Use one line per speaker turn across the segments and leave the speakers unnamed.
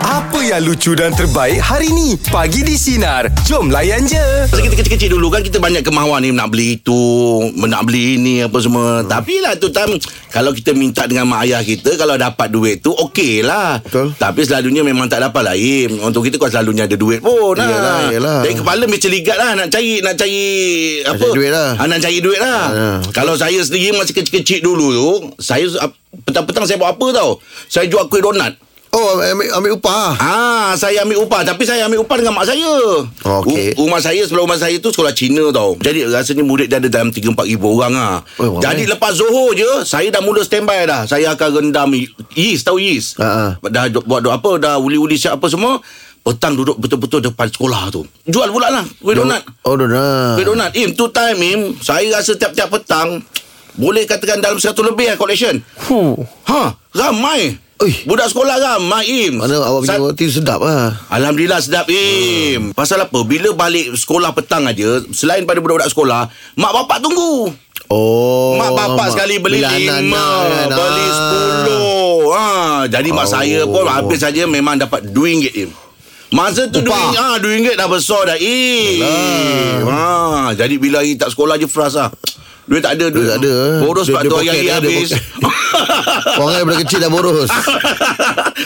Apa yang lucu dan terbaik hari ni? Pagi di Sinar. Jom layan je.
Masa kita kecil-kecil dulu kan Kita banyak kemahuan ni Nak beli itu Nak beli ini Apa semua hmm. Tapi lah tu time Kalau kita minta dengan mak ayah kita Kalau dapat duit tu Okey lah
Betul.
Tapi selalunya memang tak dapat lah Im Untuk kita kau selalunya ada duit pun lah.
Yelah, yelah.
Dari kepala macam ligat lah Nak cari Nak cari Apa
cari duit lah.
ha, Nak cari duit lah
Ya,
ha, Kalau saya sendiri Masa kecil-kecil dulu tu Saya ap- Petang-petang saya buat apa tau Saya jual kuih donat
Oh ambil, ambil upah
Ah, saya ambil upah tapi saya ambil upah dengan mak saya.
Oh, okey.
U- rumah saya sebelum rumah saya tu sekolah Cina tau. Jadi rasanya murid dia ada dalam 3 4 ribu orang ah.
Oh,
Oh, Jadi
ramai.
lepas Zohor je saya dah mula standby dah. Saya akan rendam y- yeast tahu yeast.
Ha,
Dah do- buat do- apa dah uli-uli siap apa semua. Petang duduk betul-betul depan sekolah tu. Jual pula lah kuih donat.
Oh donat
Kuih donat Im tu time Im Saya rasa tiap-tiap petang Boleh katakan dalam 100 lebih lah collection
Huh.
Ha Ramai
Ui.
Budak sekolah ramai Im
Mana awak
Sa-
punya roti sedap lah
Alhamdulillah sedap Im hmm. Pasal apa Bila balik sekolah petang aja Selain pada budak-budak sekolah Mak bapak tunggu
Oh
Mak bapak sekali beli lima
anak-anak kan?
Beli
Ah.
sepuluh ha, Jadi mak
Oh.
saya pun Hampir saja memang dapat dua ringgit Im Masa tu dua
Upah.
ringgit, ah, dua ringgit dah besar dah Im ha, Jadi bila hari tak sekolah je Fras lah Duit tak ada
Duit tak ada.
Bodoh
Duit
sebab
dia
tu
poket
hari
lah, dia
habis
Orang yang daripada kecil dah boros Ah,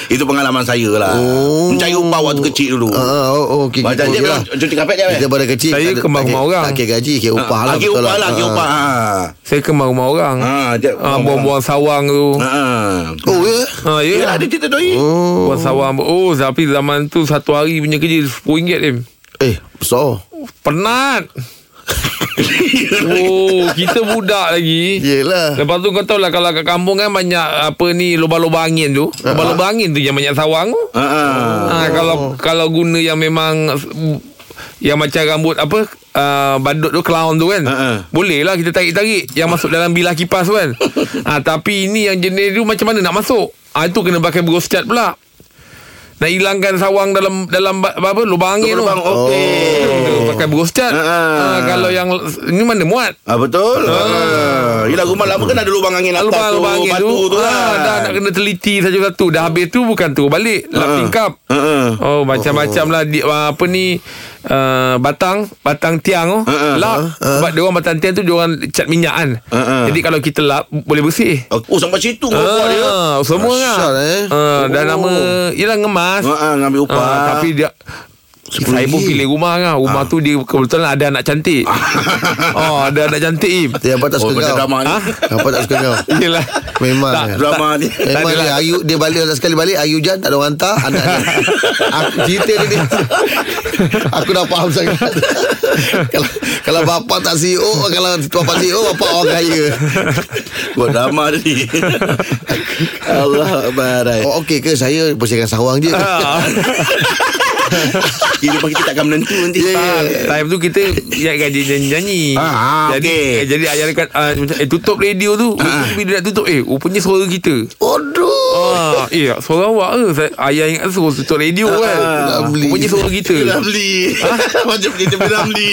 Itu pengalaman saya lah
Oh.
Mencari upah waktu kecil dulu
Ah, oh, oh, okay,
Macam
okay,
dia
okay
kalau
lah.
cuti kapek je
Kita pada kecil
Saya
tak ada-
kembang
tak
rumah
kira-
orang.
Tak kira gaji Kira upah lah
Lagi
betul
upah lah Lagi
Ah.
upah ha.
Saya kemar rumah orang.
Ha, dia-
Ah, buang-buang sawang tu.
Ha.
Oh ya
Ha, ya.
Yelah Ah, ada cerita doi
Oh
Buang sawang. Oh, tapi zaman tu satu hari punya kerja RM10 Im.
Eh besar
Penat. oh, kita budak lagi.
Ya.
Yelah
Lepas tu kau tahu lah kalau kat kampung kan banyak apa ni lubang-lubang angin tu. Lubang-lubang angin tu yang banyak sawang tu.
Ha.
Ha, kalau kalau guna yang memang mm, yang macam rambut apa uh, badut tu clown tu kan.
Ha-ha.
Boleh lah kita tarik-tarik yang masuk dalam bilah kipas tu kan. ha, tapi ini yang jenis tu macam mana nak masuk? Ah ha, itu kena pakai bros cat pula. Nak hilangkan sawang dalam dalam ba- apa lubang angin tu.
Terbang okey.
Kena pakai bros cat.
Ha-ha.
Ha, kalau yang ni mana muat?
Ah betul. Ah. Yelah rumah lama kan ada lubang angin atas
Lubang
tu,
lubang angin
batu tu
tu. Ah,
kan.
dah nak kena teliti satu-satu. Dah habis tu bukan tu balik.
Ah,
Lap tingkap.
Ha-ha.
Oh macam-macam lah di, uh, Apa ni uh, Batang Batang tiang oh.
Ha-ha.
Lap Sebab diorang batang tiang tu Diorang cat minyak kan
Ha-ha.
Jadi kalau kita lap Boleh bersih
Oh sampai situ kau buat dia.
Ah, Semua
Asyad,
kan
eh.
Ah, Dah nama Yelah ngemas
Ha ah, ngambil upah.
Ah, Tapi dia saya pun
ringgit.
pilih rumah
Ah.
kan Rumah tu dia kebetulan ada anak cantik Oh ada anak cantik Im
Dia apa tak
Oh,
suka
macam
kau
drama ni.
Apa tak suka kau
Yelah
Memang
Tak,
eh.
Drama ni.
Memang dia, ayu, dia balik Last sekali balik Ayu hujan tak ada orang hantar Anak dia aku, Cerita dia, dia Aku dah faham sangat kalau, kalau bapa tak CEO Kalau bapa CEO Bapa orang kaya
Buat drama ni. Allah Ah. barai.
Oh okey ke saya Bersihkan sawang je
Ah.
Kira rumah kita takkan menentu nanti.
Ah, Time tu kita Yang gaji nyanyi
Ah, ah,
Jadi
okey.
eh, Jadi ayah dekat ah, macam, Eh tutup radio tu Tapi dia nak tutup Eh rupanya suara kita
Aduh
Oh.
Ah, eh suara awak ke Saya- Ayah ingat suruh tutup radio kan
dah beli.
Rupanya suara kita
Ah, Ramli Macam cerita Bin Ramli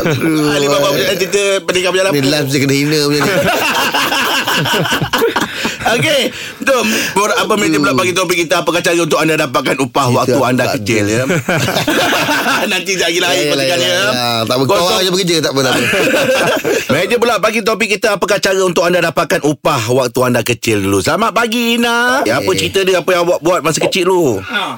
Aduh
Ali Baba Ah, punya cerita Pendekat berjalan
Ni live je kena hina punya ni
Okey Tom Bor, Apa media pula bagi topik kita Apakah cara untuk anda dapatkan upah Waktu
aku
anda
tak
kecil ya Nanti sekejap lagi lain
Yelah,
kau
yelah,
tinggal, ya.
yelah. Tak apa Kau
Kosong-
orang je bekerja Tak apa tak apa
Meja pula bagi topik kita Apakah cara untuk anda dapatkan upah Waktu anda kecil dulu Selamat pagi Ina ya, Apa
Eh.
cerita dia Apa yang awak buat masa kecil dulu
Ha.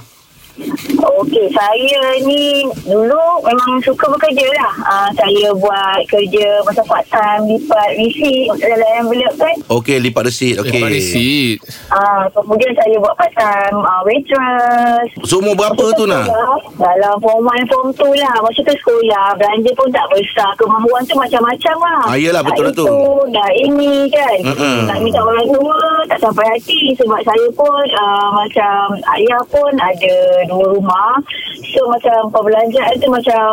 Okey, saya ni dulu memang suka bekerja lah. Uh, saya buat kerja masa part time, lipat receipt untuk dalam envelope kan.
Okey lipat resit Okey
Sit
Uh, kemudian saya buat part time uh, waitress.
So umur berapa tu nak
Dalam form 1, form 2 lah. Masa tu sekolah, belanja pun tak besar. Kemampuan tu macam-macam lah.
Ah, yelah, betul lah
tak
tu.
itu, dah ini kan.
Mm-mm.
Tak minta orang tua, tak sampai hati. Sebab saya pun uh, macam ayah pun ada dua rumah. So macam perbelanjaan tu macam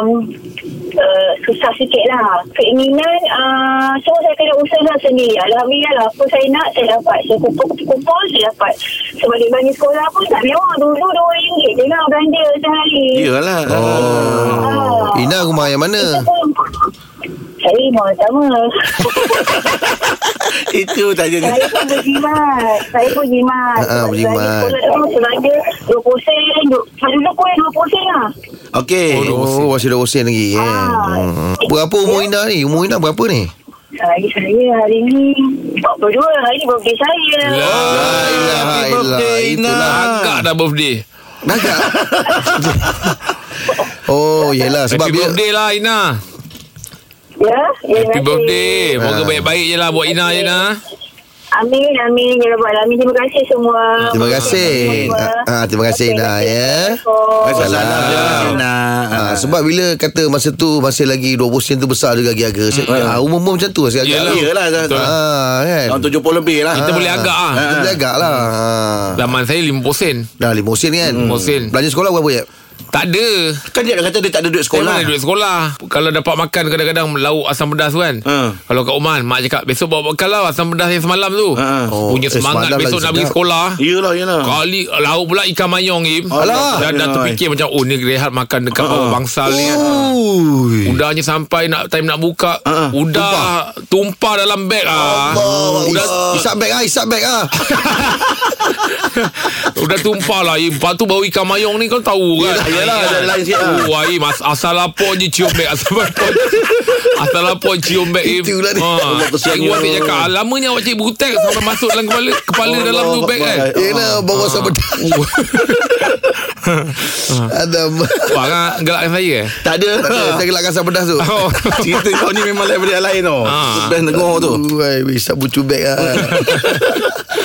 uh, susah sikit lah. Keinginan, uh, semua saya kena usaha sendiri. Alhamdulillah lah, apa saya nak, saya dapat. Saya kumpul-kumpul, saya dapat. Sebab dia bagi sekolah pun tak mewah. Dulu RM2 je lah belanja sehari.
Iyalah
Oh Ina rumah yang mana
Saya mau sama.
Itu tanya dia.
Saya pun berjimat Saya pun jimat
Ah, ah, berjimat.
Sebab saya sekolah tu Selagi 20 sen du- Masa dulu pun 20 sen lah
Okey.
Oh, masih dah osin lagi. Eh.
Ah.
Hmm. Berapa umur Ina ni? Umur Ina berapa ni?
Hari Ah, saya hari ni 42 Hari ni birthday saya
ilaha
Happy birthday,
illallah.
Ina.
Itulah.
Agak dah birthday
Dah tak? oh, yelah. Sebab
Happy
dia...
birthday lah Ina
Ya ya,
Happy
nanti.
birthday Moga
Ah.
baik-baik je lah Buat Ina je lah
Amin amin Ya Rabbal Alamin Terima kasih semua
Terima kasih. Ah, ah, terima kasih, Ina, ya.
Waalaikumsalam. Ina.
Ha, sebab bila kata masa tu masih lagi 20 sen tu besar juga gagi-gagi. Ha, umur-umur macam tu agak
Hmm. Yelah.
agak.
Yelah.
Betul.
Ha, kan.
Tahun 70 lebih lah.
Kita boleh agak ah.
Kita boleh agak lah. Ha.
Zaman saya 50 sen
Dah lima sen kan.
Lima sen.
Belanja sekolah berapa ya?
Tak ada
Kan dia dah kata dia tak ada duit
Saya
sekolah.
mana duit sekolah Kalau dapat makan kadang-kadang Lauk asam pedas tu kan
Ha.
Kalau kat Oman Mak cakap Besok bawa bekal lah Asam pedas yang semalam tu
Ha.
Oh,
Punya
eh,
semangat
semalam
Besok
lagi
nak pergi
sedap.
sekolah
Yelah, yelah.
Kali lauk pula ikan mayong Im
Alah. Ha.
Dah, dah terfikir macam Oh ni rehat makan dekat bawah bangsal ni kan
Ui.
Udahnya sampai nak time nak buka
Ha, ha.
Udah tumpah. dalam beg ah. Udah,
Is- Isap beg ah, isap beg ah.
udah tumpah lah Im Lepas tu bau ikan mayong ni kau tahu kan
yelah, ada lain sikit lah.
Oh Im as- asal lapor je cium beg Asal lapor Asal lapor cium beg Im
Itulah dia.
ha.
Allah kesiannya.
Cikgu Afiq cakap Lamanya awak cik butek Sampai masuk dalam kepala Kepala dalam tu beg kan Oh,
Yelah, bawa asam pedas.
Ah.
Ada
Wah, kan, gelakkan saya eh
Tak ada.
saya gelakkan asam pedas tu.
Oh.
Cerita kau ni memang lain daripada yang lain tau.
Ha.
Best dengar tu.
Ui, isap bucu beg ah.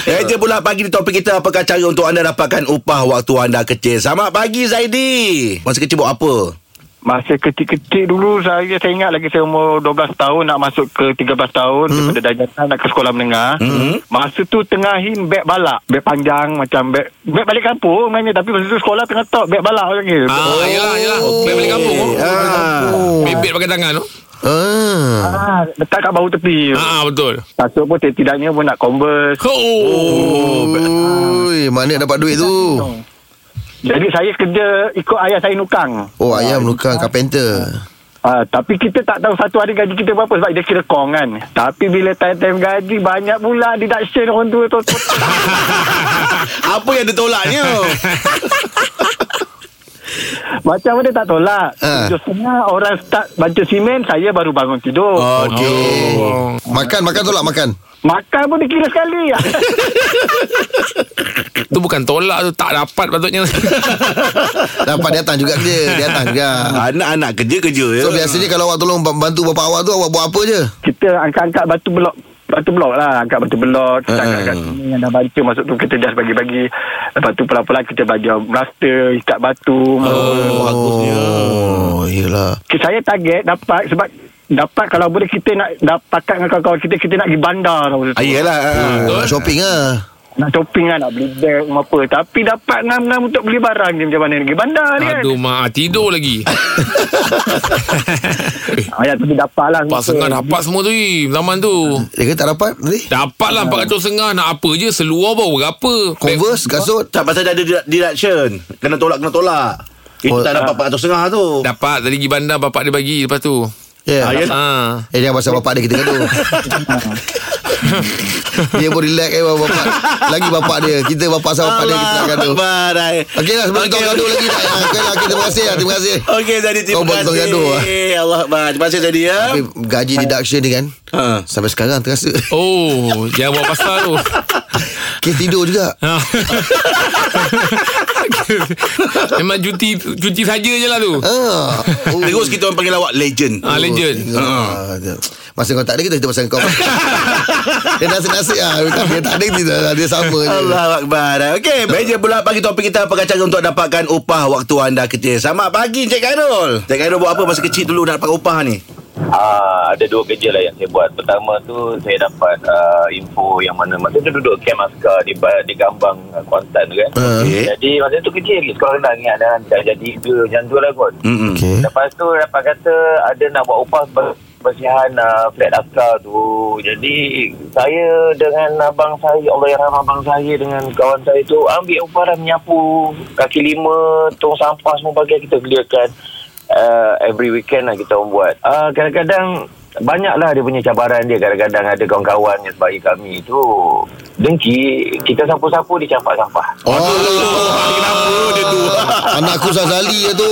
Eh, je pula pagi di topik kita Apakah cara untuk anda dapatkan upah waktu anda kecil Selamat pagi Zaidi Masa kecil buat apa?
Masa kecil-kecil dulu saya saya ingat lagi saya umur 12 tahun nak masuk ke 13 tahun hmm. daripada darjatan nak ke sekolah menengah. Hmm. Masa tu tengahin beg balak, beg panjang macam beg beg balik kampung sebenarnya tapi masa tu sekolah tengah top beg balak orang panggil.
Ah,
Oh.
yelah, yelah. Beg balik kampung. oh.
Ah.
Bebek pakai tangan tu.
Ah.
Ah, letak kat bahu tepi.
Ah, betul.
Masuk pun tidaknya pun nak converse.
Oh.
Ui, mana dapat duit tu?
Hmm. Jadi saya kerja ikut ayah saya nukang.
Oh, ayam nukang carpenter.
Ah, tapi kita tak tahu satu hari gaji kita berapa sebab dia kira kong kan. Tapi bila time-time gaji banyak pula deduction orang tua tu.
Apa yang ditolaknya?
Macam mana tak tolak.
Ah.
Tujuh setengah orang start baca simen, saya baru bangun tidur.
Okey.
Oh.
Makan, makan tolak makan.
Makan pun dikira sekali.
Tu bukan tolak tu. Tak dapat patutnya.
Dapat dia datang juga kerja. Dia datang juga.
Anak-anak kerja-kerja ya.
So biasanya kalau awak tolong bantu bapa awak tu awak buat apa je?
kita angkat-angkat batu blok batu blok lah angkat batu blok kita angkat kat sini yang dah baca masuk tu kita just bagi-bagi lepas tu pelan-pelan kita bagi raster ikat batu oh.
bagusnya.
Oh,
Ya.
yelah.
saya target dapat sebab dapat kalau boleh kita nak dapat dengan kawan-kawan kita kita nak pergi bandar tau masa tu.
Ah, yelah. ah.
Betul.
Nak shopping ah.
nak shopping kan nak beli bag apa tapi dapat ngam-ngam untuk beli barang je macam mana nak pergi bandar ni kan
Aduh, mak. Tidur lagi.
Ah, ya, tapi dapat lah
Empat setengah dapat semua tu, Im. Zaman tu.
Dia kata tak dapat tadi.
Dapat lah empat ratus setengah. Nak apa je. Seluar bawa berapa. Beg-
Converse, kasut.
Tak pasal dah ada dedu- deduction Kena tolak Kena tolak Itu
Oh,
tak dapat 400 setengah tu
Dapat. Tadi pergi bandar. Bapak dia bagi lepas tu.
Ya.
Ah,
Yeah.
yelah.
Ha.
Eh jangan pasal bapak dia kita gaduh Dia pun relax eh bapak Lagi bapak dia Kita bapak sama bapak dia Kita nak gaduh
Barai
Okey lah sebelum okay. kau gaduh lagi tak Ah, Okey lah okay, terima kasih lah Terima kasih
Okey Zadi terima
Kau buat
kasih
kau gaduh lah.
Allah Akbar Terima kasih Zadi ya
Tapi gaji deduction ni kan
Ha.
Sampai sekarang terasa
Oh. Jangan buat pasal tu.
Kes tidur juga
Ha. Memang cuti cuti saja je lah tu.
Ah. Oh.
Terus kita orang panggil awak legend Ha.
Ah, legend.
Ah, dia- Masa kau tak ada kita cerita pasal kau Dia nasib-nasib lah Dia tak ada kita Dia sama je
Allah Akbar Okey Meja pula pagi topik kita Apakah cara untuk dapatkan upah Waktu anda kecil Selamat pagi Encik Khairul Encik Khairul buat apa Masa kecil dulu Nak dapat upah ni
Ah, ada dua kerja lah yang saya buat. Pertama tu saya dapat ah, info yang mana masa tu duduk camp askar di Ba- di Gambang ah, Kuantan tu kan.
Ah.
Okey.
Jadi masa tu kecil lagi sekolah rendah ingat dah tak jadi ke macam tu lah kot.
Mm-mm.
Okay
Lepas tu dapat kata ada nak buat upah ber- bersihan uh, flat askar tu. Jadi saya dengan abang saya, Allah yang rahmat abang saya dengan kawan saya tu ambil upah dah menyapu kaki lima, tong sampah semua bagian kita geliakan. Uh, every weekend lah kita orang buat. Uh, Ah, kadang-kadang banyaklah dia punya cabaran dia kadang-kadang ada kawan-kawan yang sebagai kami tu dengki kita sapu-sapu dia campak sampah
Oh,
Kenapa dia tu?
anakku Sazali ya tu.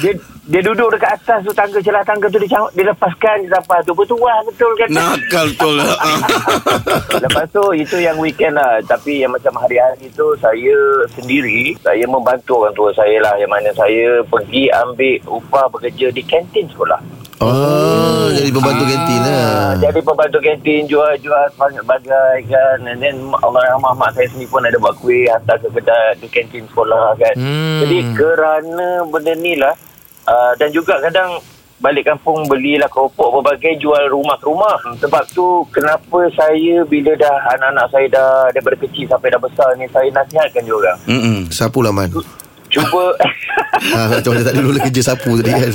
dia dia duduk dekat atas tu tangga celah tangga tu dia, cam- dia lepaskan sampah tu bertuah betul kan
Nakal tu lah.
Lepas tu itu yang weekend lah Tapi yang macam hari-hari tu Saya sendiri Saya membantu orang tua saya lah Yang mana saya pergi ambil upah bekerja di kantin sekolah
Oh, jadi pembantu kantin lah.
Ah, Jadi pembantu kantin Jual-jual bagai kan And then Allah rahmat mak saya sendiri pun ada buat kuih Hantar ke kedai ke kantin sekolah kan
Hmm.
Jadi kerana benda ni lah uh, Dan juga kadang balik kampung belilah keropok berbagai jual rumah ke rumah sebab tu kenapa saya bila dah anak-anak saya dah daripada kecil sampai dah besar ni saya nasihatkan dia orang
Mm-mm.
Sapu lah man.
cuba
Ha, macam mana tak dulu kerja sapu tadi kan.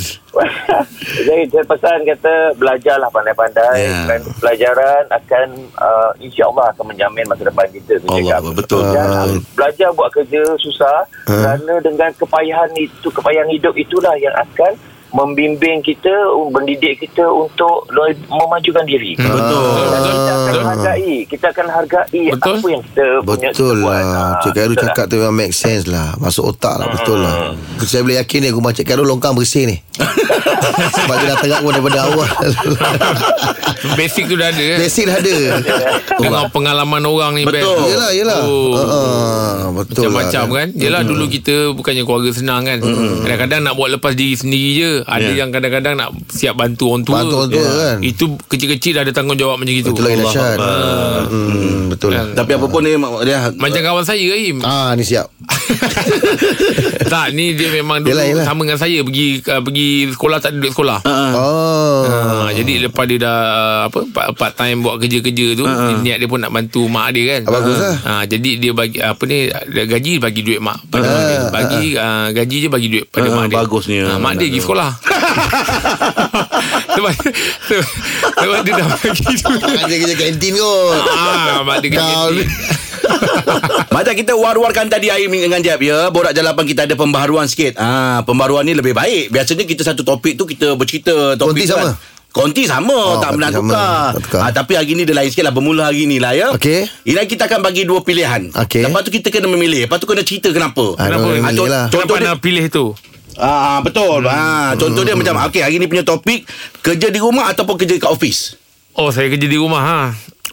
Jadi saya pesan kata belajarlah pandai-pandai
Ya.
yeah. dan pelajaran akan uh, insya-Allah akan menjamin masa depan kita
Allah, betul.
Dan, belajar buat kerja susah
Ha.
kerana dengan kepayahan itu kepayahan hidup itulah yang akan membimbing kita um, mendidik kita untuk le- memajukan diri.
Ha.
Betul.
Dan Kita akan hargai, kita akan hargai
Betul.
apa yang kita punya kita
Betul
buat.
lah
Ah,
Cik Khairul
betul lah.
cakap tu memang make sense lah Masuk otak lah Betul lah Saya boleh yakin ni Rumah Cik Khairul longkang bersih ni Sebab dia dah terang pun daripada awal
Basic tu dah ada eh?
Basic dah ada
Dengan pengalaman orang ni
Betul.
Ben.
Yelah yelah
Oh.
Ah, ah, Betul
Macam-macam
lah
kan Yelah dulu kita Bukannya keluarga senang kan Kadang-kadang nak buat lepas diri sendiri je Ada
Ya.
yang kadang-kadang Nak siap bantu orang tua
Bantu orang tua, kan.
Itu kecil-kecil Dah ada tanggungjawab macam itu
Betul lagi dahsyat Hmm, Betul lah
Kan?
Tapi apa pun ni mak dia
Macam kawan saya Im
Ah ni siap
Tak ni dia memang dulu
Yelah, yelah. Ah.
Sama dengan saya Pergi uh, pergi sekolah Tak ada duit sekolah
Oh
Ha, jadi lepas dia dah ah, apa part, part time buat kerja-kerja tu uh-huh. niat dia pun nak bantu mak dia kan.
Ah, bagus lah.
Ha, jadi dia bagi apa ni dia gaji bagi duit mak pada
Ah.
mak dia. Bagi uh, gaji je bagi duit pada
Ah,
mak dia.
bagusnya.
Ha, mak dia pergi sekolah. Sebab sebab dia dah bagi duit.
Kan dia kerja kantin kot
Ah, mak dia
Kau ni.
gaji.
Macam kita war-warkan tadi Aim dengan Jeb ya. Borak jalapan kita ada pembaharuan sikit. Ah, pembaharuan ni lebih baik. Biasanya kita satu topik tu kita bercerita topik
Konti
tu
sama?
Kan. Konti sama oh,
Oh,
Tak pernah
konti sama.
tukar,
Tak tukar.
Ah, Tapi hari ni dia lain sikit lah Bermula hari ni lah ya
Okey.
Ina kita akan bagi dua pilihan
Okey.
Lepas tu kita kena memilih Lepas tu kena cerita kenapa
Ah,
Kenapa?
kena
Ah,
memilih
con-
lah.
Contoh
Kenapa
dia
nak pilih tu?
ah, Betul ah, Contoh dia macam Okey hari ni punya topik Kerja di rumah Ataupun kerja kat office
Oh, saya kerja di rumah ha.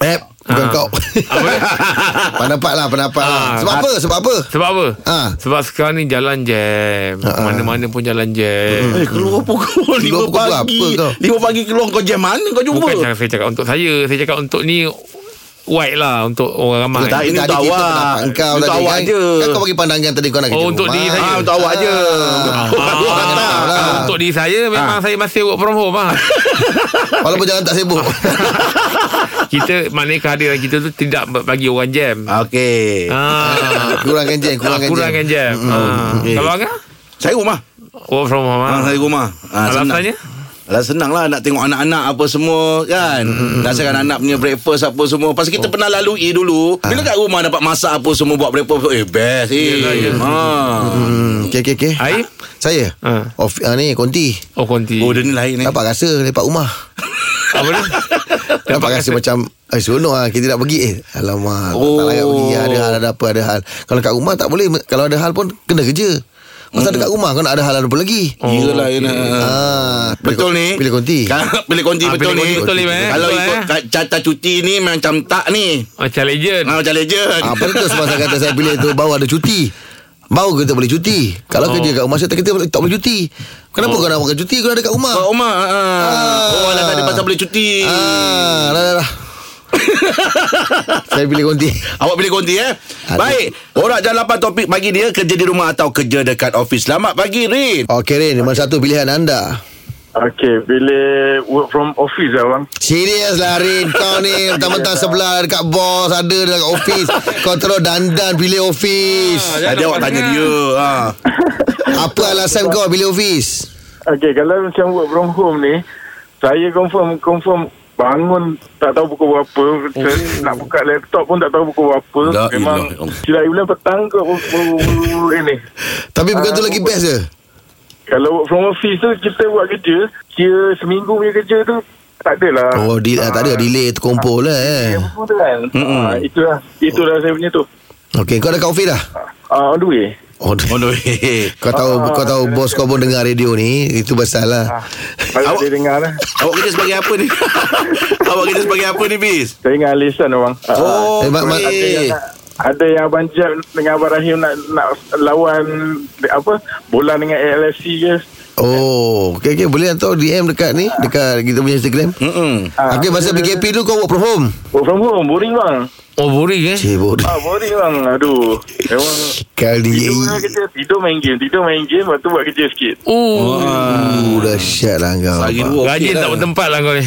Eh Bukan
Ah.
kau
Apa?
Pendapat lah Pendapat lah
Ah,
Sebab apa Sebab apa
Sebab apa?
Ha.
Sebab sekarang ni jalan jam.
Ha, ha.
Mana-mana pun jalan jam.
Eh keluar pukul 5
Keluar pukul
pagi
berapa kau?
5 pagi keluar kau jam mana kau jumpa
Bukan cakap, saya cakap untuk saya Saya cakap untuk ni White lah Untuk orang ramai
Tak, ini untuk
Tadi kita
awak.
pendapat Engkau
Untuk
tadi
awak
kan?
je.
Kan kau bagi pandangan tadi kau nak
Oh,
kerja
untuk
rumah.
diri saya.
Ah, untuk awak je.
Ah,
Untuk awak tak.
lah.
ah, Untuk diri saya Memang saya masih work from home lah.
Walaupun jalan tak sibuk
Kita Maknanya kehadiran kita tu Tidak bagi orang jam
Okey.
ah.
Kurangkan jam Kurangkan,
Kurangkan
jam
jam ah.
mm.
Kalau Angah
Saya rumah.
Work from home
Ah,
ah.
saya rumah. Ah,
Alasannya?
Alah senang lah nak tengok anak-anak apa semua kan.
Hmm.
Nasihatkan anak punya breakfast apa semua. Pasal
Oh.
kita pernah lalui dulu.
Ah.
Bila kat rumah dapat masak apa semua buat breakfast. Eh best. Eh.
Yelah, yelah.
Ha.
Hmm, okay, okay, okay.
Aib?
Saya?
Ha.
Of, ah, ni, konti.
Oh konti
Oh dia ni lain ni.
Dapat rasa lepak rumah.
Apa ni?
Dapat, Kan rasa, macam, eh, seronok lah. Kita nak pergi. Eh, alamak. Oh. Tak
Oh.
layak pergi. Ada hal, ada apa, ada hal. Kalau kat rumah tak boleh. Kalau ada hal pun, kena kerja. Masa dekat rumah, kau nak ada hal apa lagi?
Oh,
Yelah, yelah.
Ah,
Betul ni Kan-
Pilih konti.
Kalau- eh, Pilih konti
Ah,
betul
pilih
ni
konti betul ni, eh.
Kalau
Betul,
ikut
eh.
kat carta cuti ni Macam tak ni
Macam legend
Ah, Macam legend
Ah, apa tu sebab saya kata saya pilih tu baru ada cuti. Baru kita boleh cuti. Kalau
Oh.
kerja kat rumah saya tak- kita tak boleh cuti. Kenapa kau nak makan cuti? Kau ada kat rumah.
Kat rumah ah.
Ah.
Oh alah tak ada pasal boleh cuti
Ah, dah dah dah. saya pilih konti.
Awak pilih konti eh
Ada.
Baik Orang jalan 8 topik pagi dia Kerja di rumah atau kerja dekat office Selamat pagi Rin
Okey Rin, nombor satu pilihan anda.
Okay, pilih work from office lah bang.
Serius lah Rin Kau ni Mentang-mentang sebelah Dekat bos Ada dekat office Kau terus dandan Pilih office
Ah, ya.
Tadi awak tanya dia ha.
Apa alasan kau Pilih office
Okay, kalau macam work from home ni, saya confirm confirm bangun tak tahu pukul berapa oh. nak buka laptop pun tak tahu pukul berapa
La
memang
ilaha illallah.
silap bulan petang ke ini
Tapi bukan tu lagi best je
kalau work from office tu kita buat kerja kira seminggu punya kerja tu tak adalah.
Oh, di, ah, tak ada delay terkumpul lah eh.
Apa pun tu kan.
Oh.
Ah, itulah itulah saya punya tu.
Okey, kau dah kat office dah?
Ah, on the way.
Oh, dah.
On the way.
Kau tahu kau tahu bos kau pun dengar radio ni, itu pasal lah.
Kalau
Awak-
dia dengar lah.
Awak kerja sebagai apa ni? Awak kerja sebagai apa ni, Bis?
Saya dengan Alisan orang. Ah,
Oh,
Eh, mak- mak-
ada yang
okay.
nak- ada yang Abang Jab dengan Abang Rahim nak, nak lawan apa bola dengan ALFC je.
Oh, okey okey boleh hantar DM dekat ni, dekat kita punya Instagram.
Mm-mm.
Ah,
Okey, masa PKP dulu kau work from home.
Work from home boring bang.
Oh boring eh
Cik, bodoh.
Ah boring bang. Aduh. Memang
Kali
tidur lah
ni.
kerja, tidur main game, tidur main game lepas tu buat kerja sikit.
Oh
Uh, dahsyat lah kau.
Lagi dua okey
Gaji tak
lah.
bertempat lah kau ni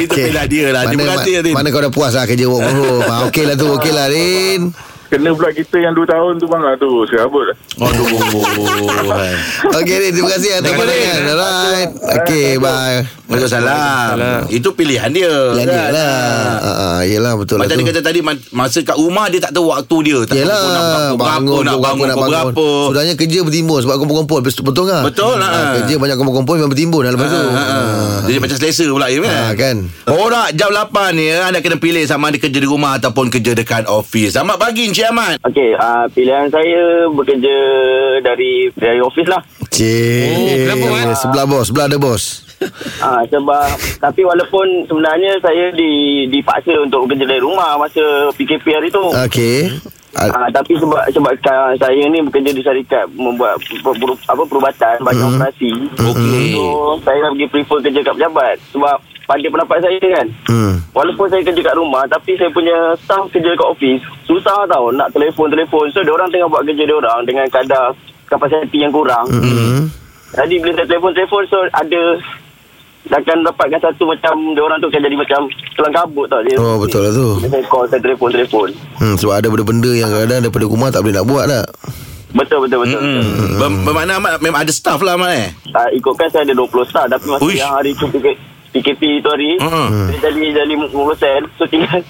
Itu pilihan dia lah. Terima
Mana,
kasih, Rin.
mana kau dah puas lah kerja work from home. Ah, okey lah tu, okey lah Rin.
Kena pula kita yang 2 tahun tu bang. Aduh, serabut lah.
Aduh.
Okey Rin, terima kasih atas
Terima kasih,
pandangan. Alright. Okey, bye.
Waalaikumsalam. Itu pilihan dia.
Lah dia
kan?
lah. Ah, ah, yelah betul lah
Macam
tu.
dia kata tadi ma- Masa kat rumah Dia tak tahu waktu dia tak
Yelah
tahu Pukul
Bangun
berapa Nak bangun Pukul berapa
Sudahnya kerja bertimbun Sebab kumpul-kumpul Betul, betul kan
Betul lah.
Kerja banyak kumpul-kumpul Memang bertimbun lah Lepas tu
Ha, ha. Jadi macam selesa pula ya, kan?
Ha, kan?
Orang jam 8 ni ya, Anda kena pilih Sama ada kerja di rumah Ataupun kerja dekat office Selamat pagi Encik Ahmad
Okey, uh, pilihan saya bekerja dari dari office lah.
Ah, Cik
Oh, kenapa, Mat?
eh?
Sebelah bos Sebelah ada bos
Ah sebab tapi walaupun sebenarnya saya di dipaksa untuk bekerja dari rumah masa PKP hari tu. Ah
Okey Ah,
tapi sebab sebab ka- saya ni bekerja di syarikat membuat per, per, apa perubatan banyak
Hmm.
mm-hmm. operasi.
Okey.
So saya lagi prefer kerja kat pejabat sebab pada pendapat saya kan.
hmm.
Walaupun saya kerja kat rumah tapi saya punya staff kerja kat office susah tau nak telefon-telefon. So orang tengah buat kerja orang dengan kadar kapasiti yang kurang. Mm-hmm.
Hmm.
Jadi bila saya telefon-telefon So ada Akan dapatkan satu macam Dia orang tu akan jadi macam Kelang kabut tau dia
Oh betul lah tu
Bila Saya call Saya telefon-telefon
hmm, Sebab ada benda-benda yang kadang Daripada rumah tak boleh nak buat lah
Betul betul betul, betul.
hmm. Ber- Bermakna Ahmad Memang ada staff lah Ahmad eh
Uh, Ikutkan saya ada 20 star Tapi masa
Uish.
yang hari tu PK, PKP tu hari
Mm-mm.
Hmm.
Dia jadi jadi 50 sen So tinggal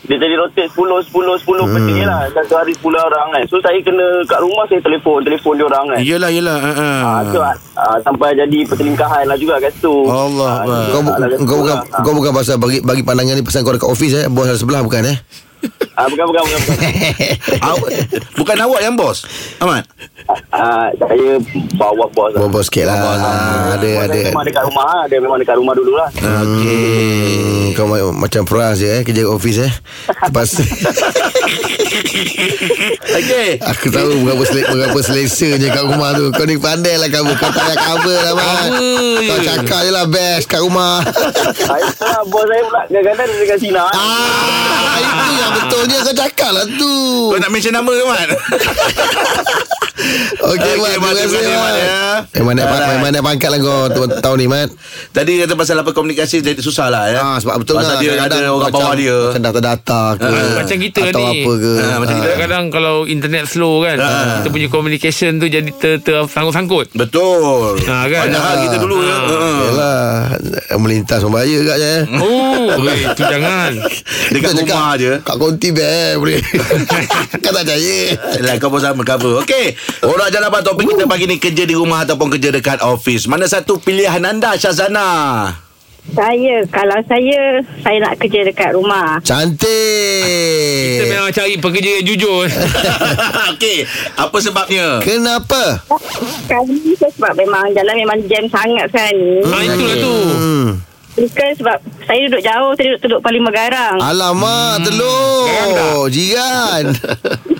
dia jadi rotate 10 10 10 hmm. macam ni lah Satu hari 10 orang kan So saya kena kat rumah Saya telefon Telefon dia orang kan
Yelah yelah ha, ha.
Ah, so, ah, sampai jadi pertelingkahan lah juga kat situ
Allah
Ah,
Akbar.
kau, bu-
lah kat situ
kau, bukan,
lah. Ah.
kau bukan pasal bagi, bagi pandangan ni Pasal kau dekat office eh Bos ada sebelah bukan eh
Ah bukan bukan bukan. bukan.
Awak- Bukan awak yang bos Ahmad
Ah saya bawa bos.
Bos
lah.
bos sikit lah Ada
Bos saya
ada
Memang dekat rumah lah. Dia memang dekat rumah dulu lah.
hmm, Kau ma- macam peras je eh Kerja kat office eh Terpaksa
Okey
Aku tahu berapa sel berapa selesanya kat rumah tu. Kau ni pandai lah kamu. Kau tak payah cover lah, Mat. Kau cakap je lah best kat rumah.
saya tak Ah, lah bos saya pula kadang-kadang dia dekat Sina.
ah, itu yang betulnya kau cakap lah tu.
Kau nak mention nama ke Mat
Okey,
Okey,
Mat.
Mat, terima
Eh, Terima kasih,
kasih, Mat,
Mat.
ya.
Memang naik,
Alright.
memang naik pangkat lah kau tu- tahun ni, Mat.
Tadi kata pasal apa komunikasi Jadi susah lah ya
Ah, sebab betul
Pasal
lah.
dia ada
kadang-kadang
orang
macam-
bawah dia
Macam data-data ke.
Ah, Macam kita
atau
ni
apa ke.
Ah, macam
Ah.
kita.
Kadang-kadang kalau internet slow kan Kita punya communication tu jadi ter, ter, sangkut-sangkut
Betul
Ah, kan?
Padahal kita dulu ya.
Ah,
Ha.
Yalah, melintas membaya kat je.
Hmm.
eh.
Oh weh, Itu jangan
Dekat
Kita
rumah
cakap,
je
Kat konti best boleh. Kau tak percaya.
Yalah Lah, kau pun sama cover Okey Orang jalan apa topik kita pagi ni Kerja di rumah Ataupun kerja dekat office Mana satu pilihan anda Syazana
Saya, kalau saya, saya nak kerja dekat rumah.
Cantik.
Kita memang cari pekerja yang jujur
Okey Apa sebabnya
Kenapa?
Kali ni saya sebab memang jalan memang jam sangat sekarang ni.
Ah itulah tu
Hmm.
Bukan sebab saya duduk jauh, saya duduk Teluk Paling Megarang.
Ah.
Alamak, hmm. telur. Jiran.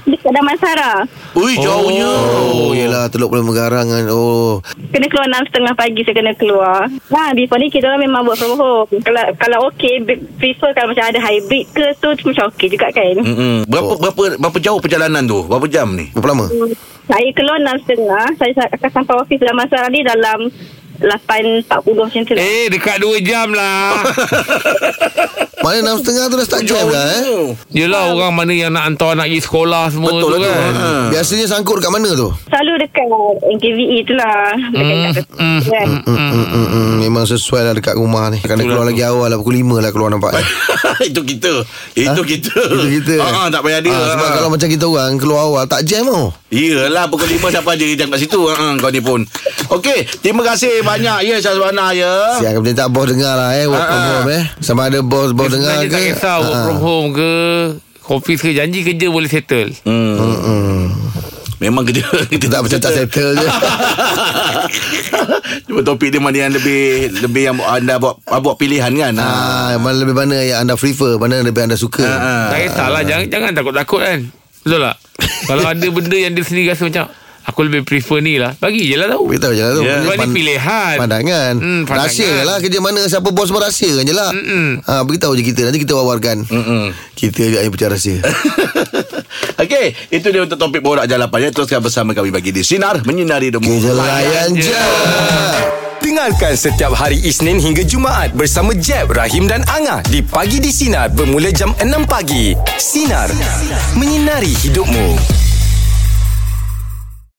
Dekat Damansara.
Ui jauhnya
Oh, yelah telur boleh menggarang kan. Oh.
Kena keluar enam setengah pagi saya kena keluar. Nah, before ni kita orang memang buat from home. Kalau kalau okey, be- prefer kalau macam ada hybrid ke tu macam okey juga kan.
Mm-mm. Berapa, berapa berapa jauh perjalanan tu? Berapa jam ni?
Berapa lama?
Hmm.
Saya keluar enam setengah, saya sa- akan sampai ofis dalam masa ni dalam 8.40 macam tu lah.
Eh dekat 2 jam lah
Maknanya enam setengah tu dah start jam dah eh.
Yelah orang mana yang nak hantar anak pergi sekolah semua
Betul
tu
lah tu.
kan
Ha.
Biasanya sangkut dekat mana tu?
Selalu dekat NKVE tu lah. Dekat
Hmm,
dekat
hmm,
kan.
Hmm, hmm, hmm, hmm. Memang sesuai lah dekat rumah ni. Kena keluar lagi awal lah. Pukul 5 lah keluar nampak.
Itu kita Itu
Ha?
kita
Itu kita.
ha, Tak payah dia
lah.
Ah, sebab
Ha.
kalau macam kita orang keluar awal tak jam tau.
Yelah pukul 5 siapa je Jam kat situ ha, Kau ni pun Okey Terima kasih banyak ya Syazwana ya.
Siap akan minta bos dengar lah eh Work from
Ah, ah.
home eh Sama ada bos Bos dengar ke
Sebenarnya tak kisah work
Ah.
from home ke Office ke janji kerja boleh settle
Memang kerja kita
Tak macam tak settle je
Cuma topik dia mana yang lebih lebih yang anda buat buat pilihan kan. Ha.
Ah, mana lebih mana yang anda prefer Mana lebih anda suka
Ah.
Tak kisahlah jangan, jangan takut-takut kan Betul tak Kalau ada benda yang dia sendiri rasa macam Aku lebih prefer ni lah Bagi je lah tahu
Beritahu je lah tu
Yeah.
Sebab ni pilihan
Pandangan
Hmm, pandangan.
Rahsia lah kerja mana Siapa bos pun rahsia kan je lah
Mm-mm.
ha, Beritahu je kita Nanti kita wawarkan
Mm-mm.
Kita juga yang pecah rahsia
Okey, itu dia untuk topik borak jalapan ya. Teruskan bersama kami bagi di sinar menyinari demo.
Kerja layan je
Dengarkan setiap hari Isnin hingga Jumaat bersama Jeb, Rahim dan Angah di Pagi di Sinar bermula jam 6 pagi. Sinar. Menyinari hidupmu.